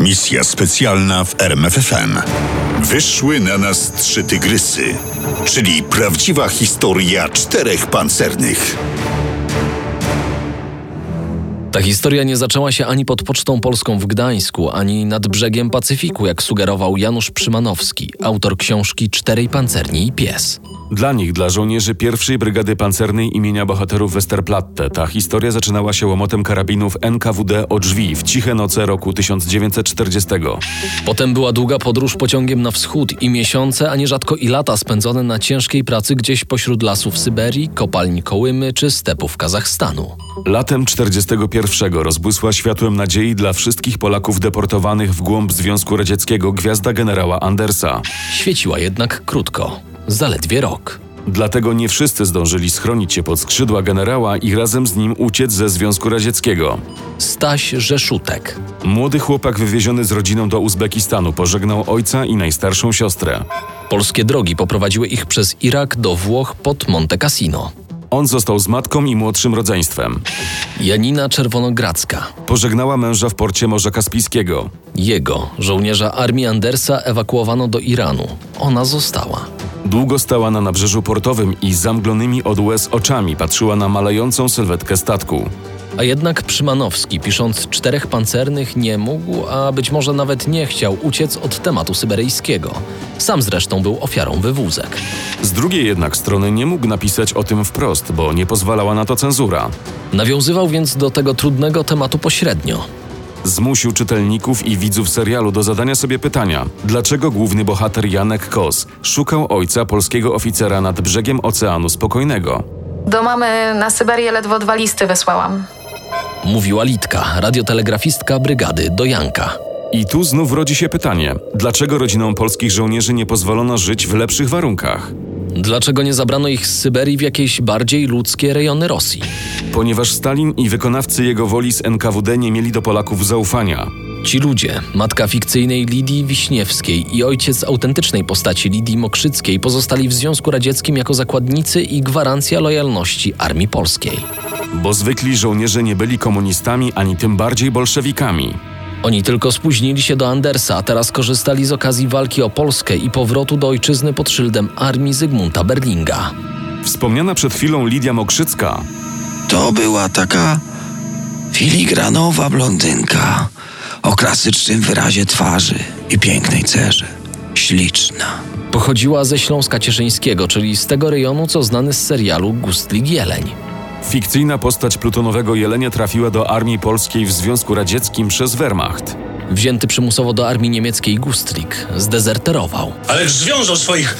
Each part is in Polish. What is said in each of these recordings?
Misja specjalna w RMFFM. Wyszły na nas trzy tygrysy, czyli prawdziwa historia czterech pancernych. Ta historia nie zaczęła się ani pod Pocztą Polską w Gdańsku, ani nad brzegiem Pacyfiku, jak sugerował Janusz Przymanowski, autor książki Czterej pancerni i pies. Dla nich, dla żołnierzy pierwszej Brygady Pancernej imienia bohaterów Westerplatte, ta historia zaczynała się łomotem karabinów NKWD o drzwi w ciche noce roku 1940. Potem była długa podróż pociągiem na wschód i miesiące, a nierzadko i lata spędzone na ciężkiej pracy gdzieś pośród lasów Syberii, kopalni Kołymy czy stepów Kazachstanu. Latem 41 rozbłysła światłem nadziei dla wszystkich Polaków deportowanych w głąb Związku Radzieckiego gwiazda generała Andersa. Świeciła jednak krótko, zaledwie rok. Dlatego nie wszyscy zdążyli schronić się pod skrzydła generała i razem z nim uciec ze Związku Radzieckiego. Staś Rzeszutek. Młody chłopak wywieziony z rodziną do Uzbekistanu pożegnał ojca i najstarszą siostrę. Polskie drogi poprowadziły ich przez Irak do Włoch pod Monte Cassino. On został z matką i młodszym rodzeństwem. Janina Czerwonogradzka. Pożegnała męża w porcie Morza Kaspijskiego. Jego, żołnierza armii Andersa, ewakuowano do Iranu. Ona została. Długo stała na nabrzeżu portowym i zamglonymi od łez oczami patrzyła na malejącą sylwetkę statku. A jednak Przymanowski, pisząc Czterech Pancernych, nie mógł, a być może nawet nie chciał uciec od tematu syberyjskiego. Sam zresztą był ofiarą wywózek. Z drugiej jednak strony nie mógł napisać o tym wprost, bo nie pozwalała na to cenzura. Nawiązywał więc do tego trudnego tematu pośrednio. Zmusił czytelników i widzów serialu do zadania sobie pytania, dlaczego główny bohater Janek Kos szukał ojca polskiego oficera nad brzegiem Oceanu Spokojnego. Do mamy na Syberię ledwo dwa listy wysłałam. Mówiła Litka, radiotelegrafistka brygady do Janka. I tu znów rodzi się pytanie, dlaczego rodzinom polskich żołnierzy nie pozwolono żyć w lepszych warunkach? Dlaczego nie zabrano ich z Syberii w jakieś bardziej ludzkie rejony Rosji? Ponieważ Stalin i wykonawcy jego woli z NKWD nie mieli do Polaków zaufania. Ci ludzie, matka fikcyjnej Lidii Wiśniewskiej i ojciec autentycznej postaci Lidii Mokrzyckiej, pozostali w Związku Radzieckim jako zakładnicy i gwarancja lojalności Armii Polskiej. Bo zwykli żołnierze nie byli komunistami ani tym bardziej bolszewikami. Oni tylko spóźnili się do Andersa, a teraz korzystali z okazji walki o Polskę i powrotu do ojczyzny pod szyldem armii Zygmunta Berlinga. Wspomniana przed chwilą Lidia Mokrzycka To była taka filigranowa blondynka o klasycznym wyrazie twarzy i pięknej cerze. Śliczna. Pochodziła ze Śląska Cieszyńskiego, czyli z tego rejonu, co znany z serialu Gustlik Jeleń. Fikcyjna postać plutonowego jelenia trafiła do armii polskiej w Związku Radzieckim przez Wehrmacht. Wzięty przymusowo do armii niemieckiej Gustlik, zdezerterował. Ale związał swoich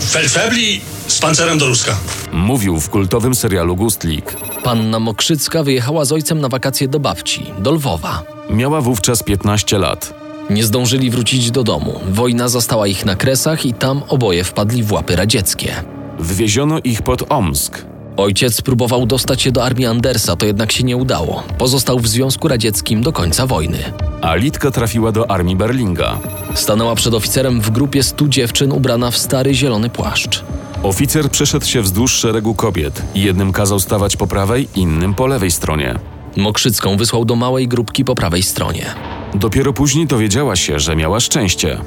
felfebli z pancerem do Ruska. Mówił w kultowym serialu Gustlik. Panna Mokrzycka wyjechała z ojcem na wakacje do babci, do Lwowa. Miała wówczas 15 lat. Nie zdążyli wrócić do domu. Wojna zastała ich na Kresach i tam oboje wpadli w łapy radzieckie. Wywieziono ich pod Omsk. Ojciec próbował dostać się do armii Andersa, to jednak się nie udało. Pozostał w Związku Radzieckim do końca wojny. A Litka trafiła do armii Berlinga. Stanęła przed oficerem w grupie stu dziewczyn ubrana w stary zielony płaszcz. Oficer przeszedł się wzdłuż szeregu kobiet. Jednym kazał stawać po prawej, innym po lewej stronie. Mokrzycką wysłał do małej grupki po prawej stronie. Dopiero później dowiedziała się, że miała szczęście.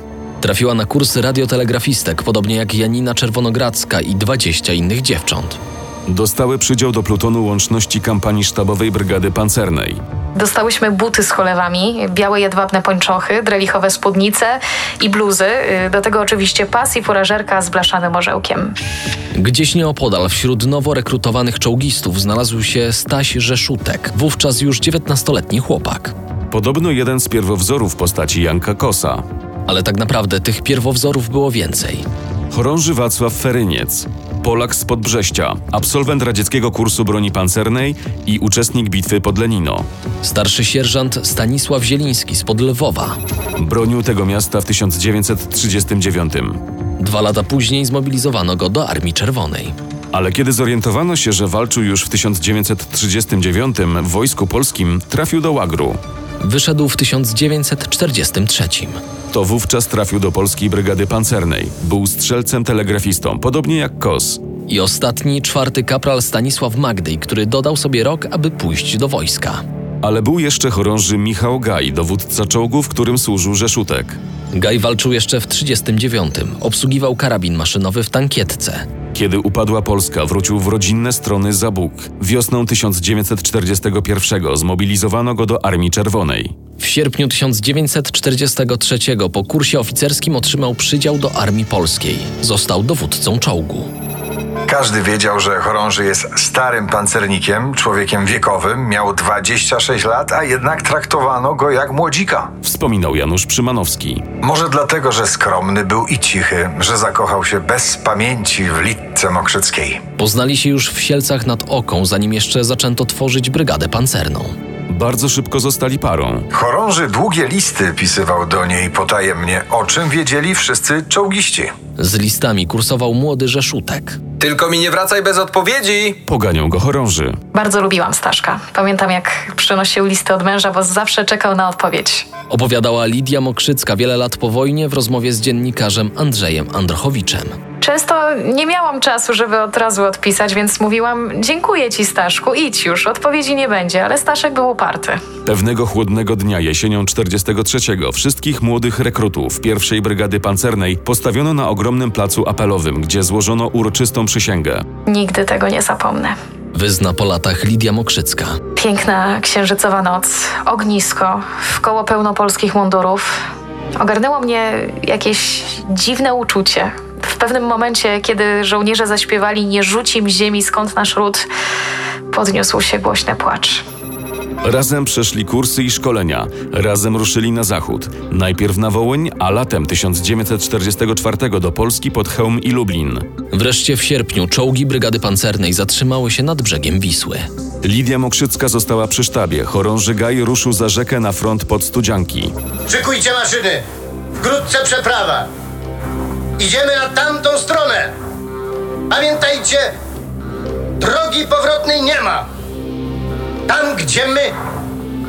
Trafiła na kursy radiotelegrafistek, podobnie jak Janina Czerwonogradzka i 20 innych dziewcząt. Dostały przydział do plutonu łączności kampanii sztabowej Brygady Pancernej. Dostałyśmy buty z cholewami, białe jedwabne pończochy, drelichowe spódnice i bluzy. y, Do tego oczywiście pas i furażerka z blaszanym orzełkiem. Gdzieś nieopodal wśród nowo rekrutowanych czołgistów znalazł się Staś Rzeszutek, wówczas już 19-letni chłopak. Podobno jeden z pierwowzorów postaci Janka Kosa. Ale tak naprawdę tych pierwowzorów było więcej. Chorąży Wacław Feryniec, Polak z Podbrześcia, absolwent radzieckiego kursu broni pancernej i uczestnik bitwy pod Lenino. Starszy sierżant Stanisław Zieliński z Lwowa. Bronił tego miasta w 1939. Dwa lata później zmobilizowano go do Armii Czerwonej. Ale kiedy zorientowano się, że walczył już w 1939 w Wojsku Polskim, trafił do Łagru. Wyszedł w 1943. To wówczas trafił do Polskiej Brygady Pancernej. Był strzelcem telegrafistą, podobnie jak Kos. I ostatni, czwarty kapral Stanisław Magdyj, który dodał sobie rok, aby pójść do wojska. Ale był jeszcze chorąży Michał Gaj, dowódca czołgu, w którym służył Rzeszutek. Gaj walczył jeszcze w 1939. Obsługiwał karabin maszynowy w tankietce. Kiedy upadła Polska, wrócił w rodzinne strony Zabóg. Wiosną 1941 zmobilizowano go do Armii Czerwonej. W sierpniu 1943 po kursie oficerskim otrzymał przydział do Armii Polskiej. Został dowódcą czołgu. Każdy wiedział, że chorąży jest starym pancernikiem, człowiekiem wiekowym, miał 26 lat, a jednak traktowano go jak młodzika. Wspominał Janusz Przymanowski. Może dlatego, że skromny był i cichy, że zakochał się bez pamięci w Litce Mokrzyckiej. Poznali się już w Sielcach nad Oką, zanim jeszcze zaczęto tworzyć brygadę pancerną. Bardzo szybko zostali parą. Chorąży długie listy pisywał do niej potajemnie, o czym wiedzieli wszyscy czołgiści. Z listami kursował młody Rzeszutek. Tylko mi nie wracaj bez odpowiedzi! Poganiał go chorąży. Bardzo lubiłam Staszka. Pamiętam, jak przynosił listy od męża, bo zawsze czekał na odpowiedź. Opowiadała Lidia Mokrzycka wiele lat po wojnie w rozmowie z dziennikarzem Andrzejem Androchowiczem. Często nie miałam czasu, żeby od razu odpisać, więc mówiłam: Dziękuję ci, Staszku, idź już, odpowiedzi nie będzie, ale Staszek był uparty. Pewnego chłodnego dnia jesienią 43 wszystkich młodych rekrutów pierwszej brygady pancernej postawiono na ogromnym placu apelowym, gdzie złożono uroczystą przysięgę. Nigdy tego nie zapomnę. Wyzna po latach Lidia Mokrzycka. Piękna księżycowa noc, ognisko, w koło pełno polskich mundurów. Ogarnęło mnie jakieś dziwne uczucie. W pewnym momencie, kiedy żołnierze zaśpiewali Nie rzucim ziemi skąd nasz ród, podniósł się głośny płacz. Razem przeszli kursy i szkolenia, razem ruszyli na zachód. Najpierw na Wołyń, a latem 1944 do Polski pod Chełm i Lublin. Wreszcie w sierpniu czołgi brygady pancernej zatrzymały się nad brzegiem Wisły. Lidia Mokrzycka została przy sztabie, chorąży Gaj ruszył za rzekę na front pod Studzianki. Szykujcie maszyny! Wkrótce przeprawa! Idziemy na tamtą stronę! Pamiętajcie, drogi powrotnej nie ma! Tam, gdzie my,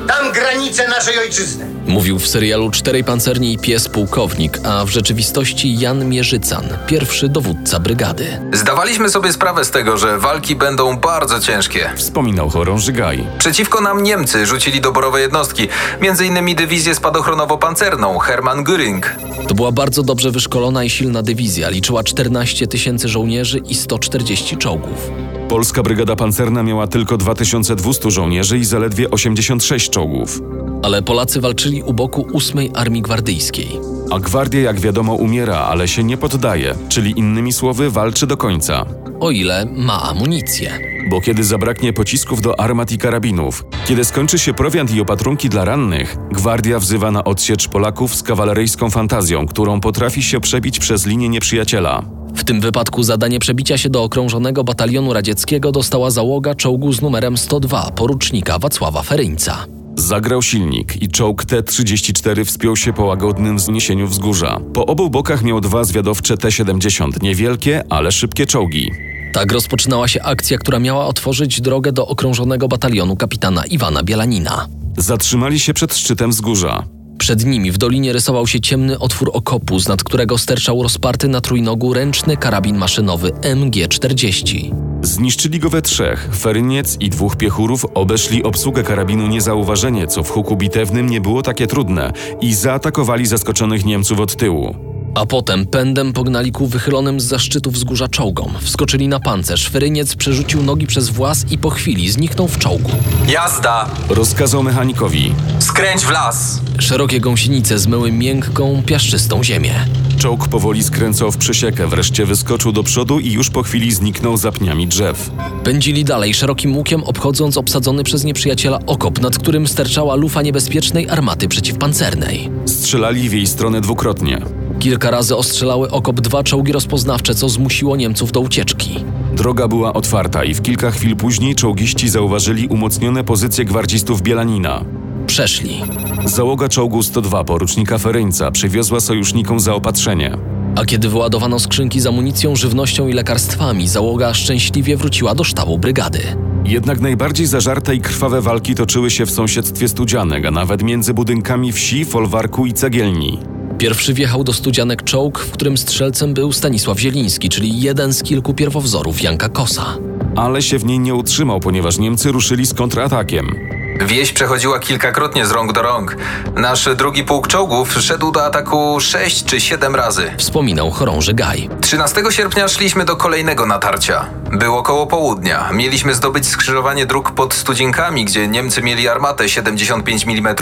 tam granice naszej ojczyzny! Mówił w serialu Czterej Pancerni i Pies Pułkownik, a w rzeczywistości Jan Mierzycan, pierwszy dowódca brygady. Zdawaliśmy sobie sprawę z tego, że walki będą bardzo ciężkie. Wspominał chorąży Gaj. Przeciwko nam Niemcy rzucili doborowe jednostki, m.in. dywizję spadochronowo-pancerną Hermann Göring. To była bardzo dobrze wyszkolona i silna dywizja, liczyła 14 tysięcy żołnierzy i 140 czołgów. Polska brygada pancerna miała tylko 2200 żołnierzy i zaledwie 86 czołgów. Ale Polacy walczyli u boku 8 Armii Gwardyjskiej. A gwardia, jak wiadomo, umiera, ale się nie poddaje, czyli innymi słowy walczy do końca. O ile ma amunicję. Bo kiedy zabraknie pocisków do armat i karabinów, kiedy skończy się prowiant i opatrunki dla rannych, gwardia wzywa na odsiecz Polaków z kawaleryjską fantazją, którą potrafi się przebić przez linię nieprzyjaciela. W tym wypadku zadanie przebicia się do okrążonego batalionu radzieckiego dostała załoga czołgu z numerem 102 porucznika Wacława Feryńca. Zagrał silnik i czołg T-34 wspiął się po łagodnym wzniesieniu wzgórza. Po obu bokach miał dwa zwiadowcze T-70, niewielkie, ale szybkie czołgi. Tak rozpoczynała się akcja, która miała otworzyć drogę do okrążonego batalionu kapitana Iwana Bielanina. Zatrzymali się przed szczytem wzgórza. Przed nimi w dolinie rysował się ciemny otwór okopu, z nad którego sterczał rozparty na trójnogu ręczny karabin maszynowy MG-40. Zniszczyli go we trzech. Feryniec i dwóch piechurów obeszli obsługę karabinu niezauważenie, co w huku bitewnym nie było takie trudne, i zaatakowali zaskoczonych Niemców od tyłu. A potem pędem pognali ku wychylonym z zaszczytu wzgórza czołgom. Wskoczyli na pancerz, feryniec przerzucił nogi przez włas i po chwili zniknął w czołgu. Jazda! Rozkazał mechanikowi. Skręć w las! Szerokie gąsienice zmyły miękką, piaszczystą ziemię. Czołg powoli skręcał w przesiekę, wreszcie wyskoczył do przodu i już po chwili zniknął za pniami drzew. Pędzili dalej szerokim łukiem, obchodząc obsadzony przez nieprzyjaciela okop, nad którym sterczała lufa niebezpiecznej armaty przeciwpancernej. Strzelali w jej stronę dwukrotnie. Kilka razy ostrzelały okop dwa czołgi rozpoznawcze, co zmusiło Niemców do ucieczki. Droga była otwarta i w kilka chwil później czołgiści zauważyli umocnione pozycje gwardzistów Bielanina. Przeszli. Załoga czołgu 102 porucznika Feryńca przywiozła sojusznikom zaopatrzenie. A kiedy wyładowano skrzynki z amunicją, żywnością i lekarstwami, załoga szczęśliwie wróciła do sztabu brygady. Jednak najbardziej zażarte i krwawe walki toczyły się w sąsiedztwie Studzianek, a nawet między budynkami wsi, folwarku i cegielni. Pierwszy wjechał do studzianek czołg, w którym strzelcem był Stanisław Zieliński, czyli jeden z kilku pierwowzorów Janka Kosa. Ale się w niej nie utrzymał, ponieważ Niemcy ruszyli z kontratakiem. Wieś przechodziła kilkakrotnie z rąk do rąk. Nasz drugi pułk czołgów szedł do ataku sześć czy siedem razy. Wspominał chorąży Gaj. 13 sierpnia szliśmy do kolejnego natarcia. Było koło południa. Mieliśmy zdobyć skrzyżowanie dróg pod Studzinkami, gdzie Niemcy mieli armatę 75 mm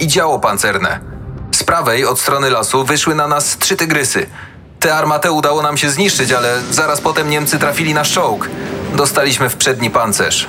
i działo pancerne. Z prawej, od strony lasu, wyszły na nas trzy tygrysy. Tę armatę udało nam się zniszczyć, ale zaraz potem Niemcy trafili na czołg. Dostaliśmy w przedni pancerz.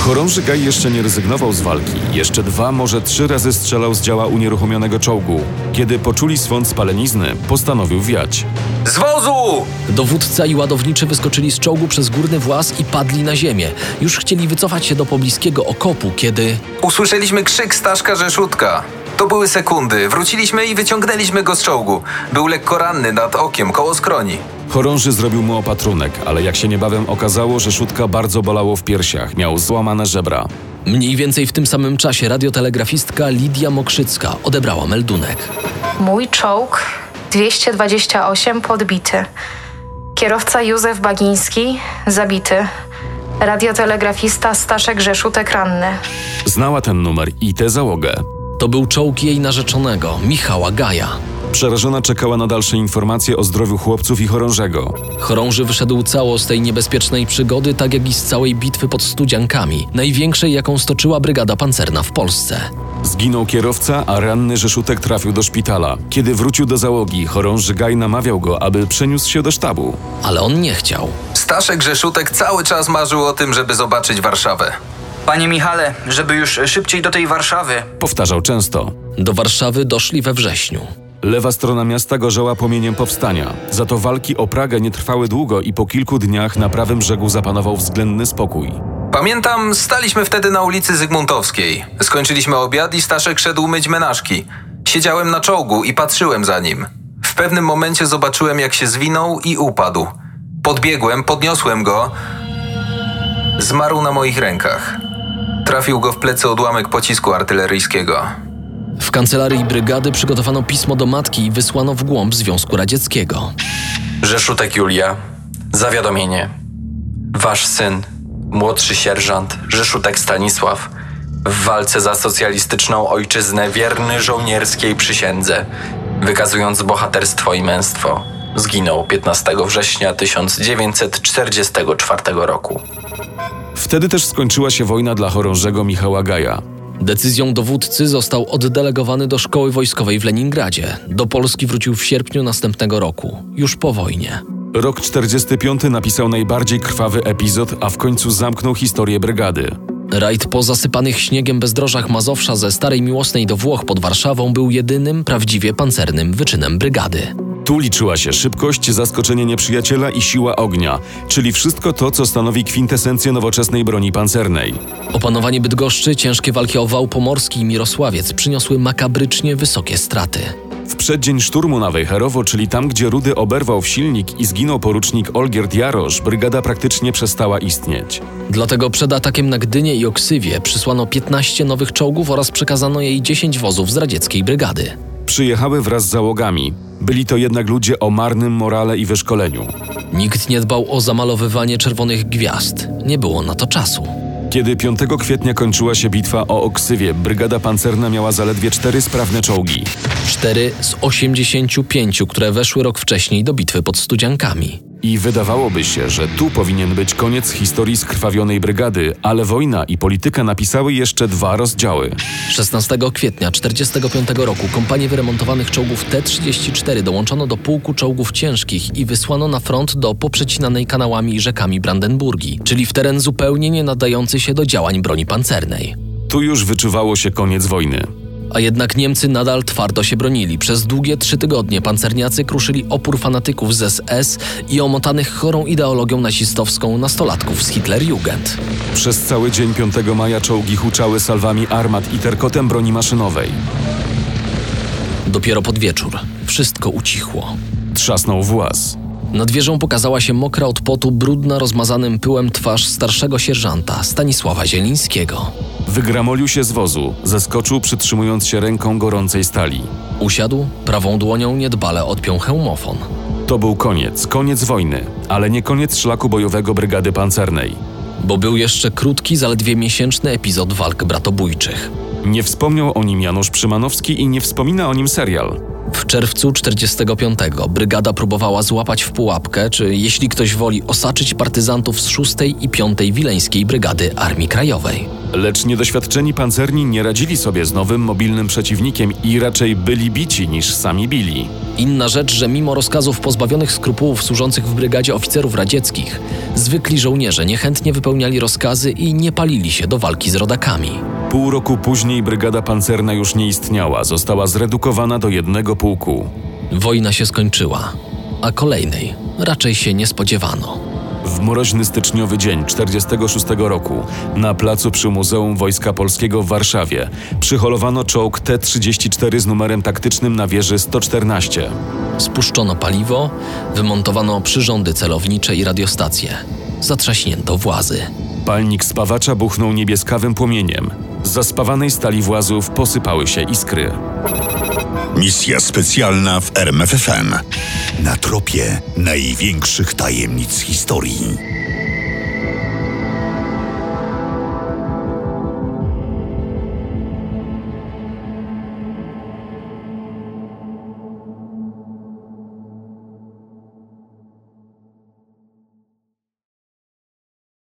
Chorąży Gaj jeszcze nie rezygnował z walki. Jeszcze dwa, może trzy razy strzelał z działa unieruchomionego czołgu. Kiedy poczuli swąd spalenizny, postanowił wiać. Z wozu! Dowódca i ładowniczy wyskoczyli z czołgu przez górny włas i padli na ziemię. Już chcieli wycofać się do pobliskiego okopu, kiedy... Usłyszeliśmy krzyk Staszka Rzeszutka. To były sekundy. Wróciliśmy i wyciągnęliśmy go z czołgu. Był lekko ranny nad okiem, koło skroni. Chorąży zrobił mu opatrunek, ale jak się niebawem okazało, że szutka bardzo bolało w piersiach, miał złamane żebra. Mniej więcej w tym samym czasie radiotelegrafistka Lidia Mokrzycka odebrała meldunek. Mój czołg 228 podbity. Kierowca Józef Bagiński zabity. Radiotelegrafista Staszek Rzeszutek ranny. Znała ten numer i tę załogę. To był czołg jej narzeczonego, Michała Gaja. Przerażona czekała na dalsze informacje o zdrowiu chłopców i chorążego. Chorąży wyszedł cało z tej niebezpiecznej przygody, tak jak i z całej bitwy pod Studziankami, największej jaką stoczyła brygada pancerna w Polsce. Zginął kierowca, a ranny Rzeszutek trafił do szpitala. Kiedy wrócił do załogi, chorąży Gaj namawiał go, aby przeniósł się do sztabu. Ale on nie chciał. Staszek Rzeszutek cały czas marzył o tym, żeby zobaczyć Warszawę. Panie Michale, żeby już szybciej do tej Warszawy. Powtarzał często. Do Warszawy doszli we wrześniu. Lewa strona miasta gorzała płomieniem powstania. Za to walki o Pragę nie trwały długo i po kilku dniach na prawym brzegu zapanował względny spokój. Pamiętam, staliśmy wtedy na ulicy Zygmuntowskiej. Skończyliśmy obiad i Staszek szedł myć menażki. Siedziałem na czołgu i patrzyłem za nim. W pewnym momencie zobaczyłem, jak się zwinął i upadł. Podbiegłem, podniosłem go. Zmarł na moich rękach. Trafił go w plecy odłamek pocisku artyleryjskiego. W kancelarii brygady przygotowano pismo do matki i wysłano w głąb Związku Radzieckiego. Rzeszutek Julia, zawiadomienie. Wasz syn, młodszy sierżant Rzeszutek Stanisław, w walce za socjalistyczną ojczyznę wierny żołnierskiej przysiędze, wykazując bohaterstwo i męstwo, zginął 15 września 1944 roku. Wtedy też skończyła się wojna dla chorążego Michała Gaja. Decyzją dowódcy został oddelegowany do szkoły wojskowej w Leningradzie. Do Polski wrócił w sierpniu następnego roku, już po wojnie. Rok 45 napisał najbardziej krwawy epizod, a w końcu zamknął historię brygady. Rajd po zasypanych śniegiem bezdrożach Mazowsza ze Starej Miłosnej do Włoch pod Warszawą był jedynym prawdziwie pancernym wyczynem brygady. Tu liczyła się szybkość, zaskoczenie nieprzyjaciela i siła ognia, czyli wszystko to, co stanowi kwintesencję nowoczesnej broni pancernej. Opanowanie Bydgoszczy, ciężkie walki o Wał Pomorski i Mirosławiec przyniosły makabrycznie wysokie straty. W przeddzień szturmu na Wejherowo, czyli tam, gdzie Rudy oberwał w silnik i zginął porucznik Olgierd Jarosz, brygada praktycznie przestała istnieć. Dlatego przed atakiem na Gdynię i Oksywie przysłano 15 nowych czołgów oraz przekazano jej 10 wozów z radzieckiej brygady. Przyjechały wraz z załogami. Byli to jednak ludzie o marnym morale i wyszkoleniu. Nikt nie dbał o zamalowywanie czerwonych gwiazd. Nie było na to czasu. Kiedy 5 kwietnia kończyła się bitwa o Oksywie, brygada pancerna miała zaledwie cztery sprawne czołgi. Cztery z 85, które weszły rok wcześniej do bitwy pod Studziankami. I wydawałoby się, że tu powinien być koniec historii skrwawionej brygady, ale wojna i polityka napisały jeszcze dwa rozdziały. 16 kwietnia 1945 roku kompanie wyremontowanych czołgów T-34 dołączono do pułku czołgów ciężkich i wysłano na front do poprzecinanej kanałami i rzekami Brandenburgii, czyli w teren zupełnie nie nadający się do działań broni pancernej. Tu już wyczuwało się koniec wojny. A jednak Niemcy nadal twardo się bronili. Przez długie trzy tygodnie pancerniacy kruszyli opór fanatyków z SS i omotanych chorą ideologią nazistowską nastolatków z Hitlerjugend. Przez cały dzień 5 maja czołgi huczały salwami armat i terkotem broni maszynowej. Dopiero pod wieczór wszystko ucichło. Trzasnął włas. Nad wieżą pokazała się mokra od potu, brudna, rozmazanym pyłem twarz starszego sierżanta Stanisława Zielińskiego. Wygramolił się z wozu, zeskoczył przytrzymując się ręką gorącej stali. Usiadł, prawą dłonią niedbale odpiął hełmofon. To był koniec, koniec wojny, ale nie koniec szlaku bojowego brygady pancernej. bo był jeszcze krótki, zaledwie miesięczny epizod walk bratobójczych. Nie wspomniał o nim Janusz Szymanowski i nie wspomina o nim serial. W czerwcu 45 brygada próbowała złapać w pułapkę, czy jeśli ktoś woli, osaczyć partyzantów z 6 i 5 Wileńskiej Brygady Armii Krajowej. Lecz niedoświadczeni pancerni nie radzili sobie z nowym mobilnym przeciwnikiem i raczej byli bici niż sami bili. Inna rzecz, że mimo rozkazów pozbawionych skrupułów służących w brygadzie oficerów radzieckich, zwykli żołnierze niechętnie wypełniali rozkazy i nie palili się do walki z rodakami. Pół roku później brygada pancerna już nie istniała, została zredukowana do jednego pułku. Wojna się skończyła, a kolejnej raczej się nie spodziewano. W mroźny styczniowy dzień 46 roku na placu przy Muzeum Wojska Polskiego w Warszawie przyholowano czołg T-34 z numerem taktycznym na wieży 114. Spuszczono paliwo, wymontowano przyrządy celownicze i radiostacje. Zatrzaśnięto włazy. Palnik spawacza buchnął niebieskawym płomieniem. Z zaspawanej stali włazów posypały się iskry. Misja specjalna w RMFFM. Na tropie największych tajemnic historii.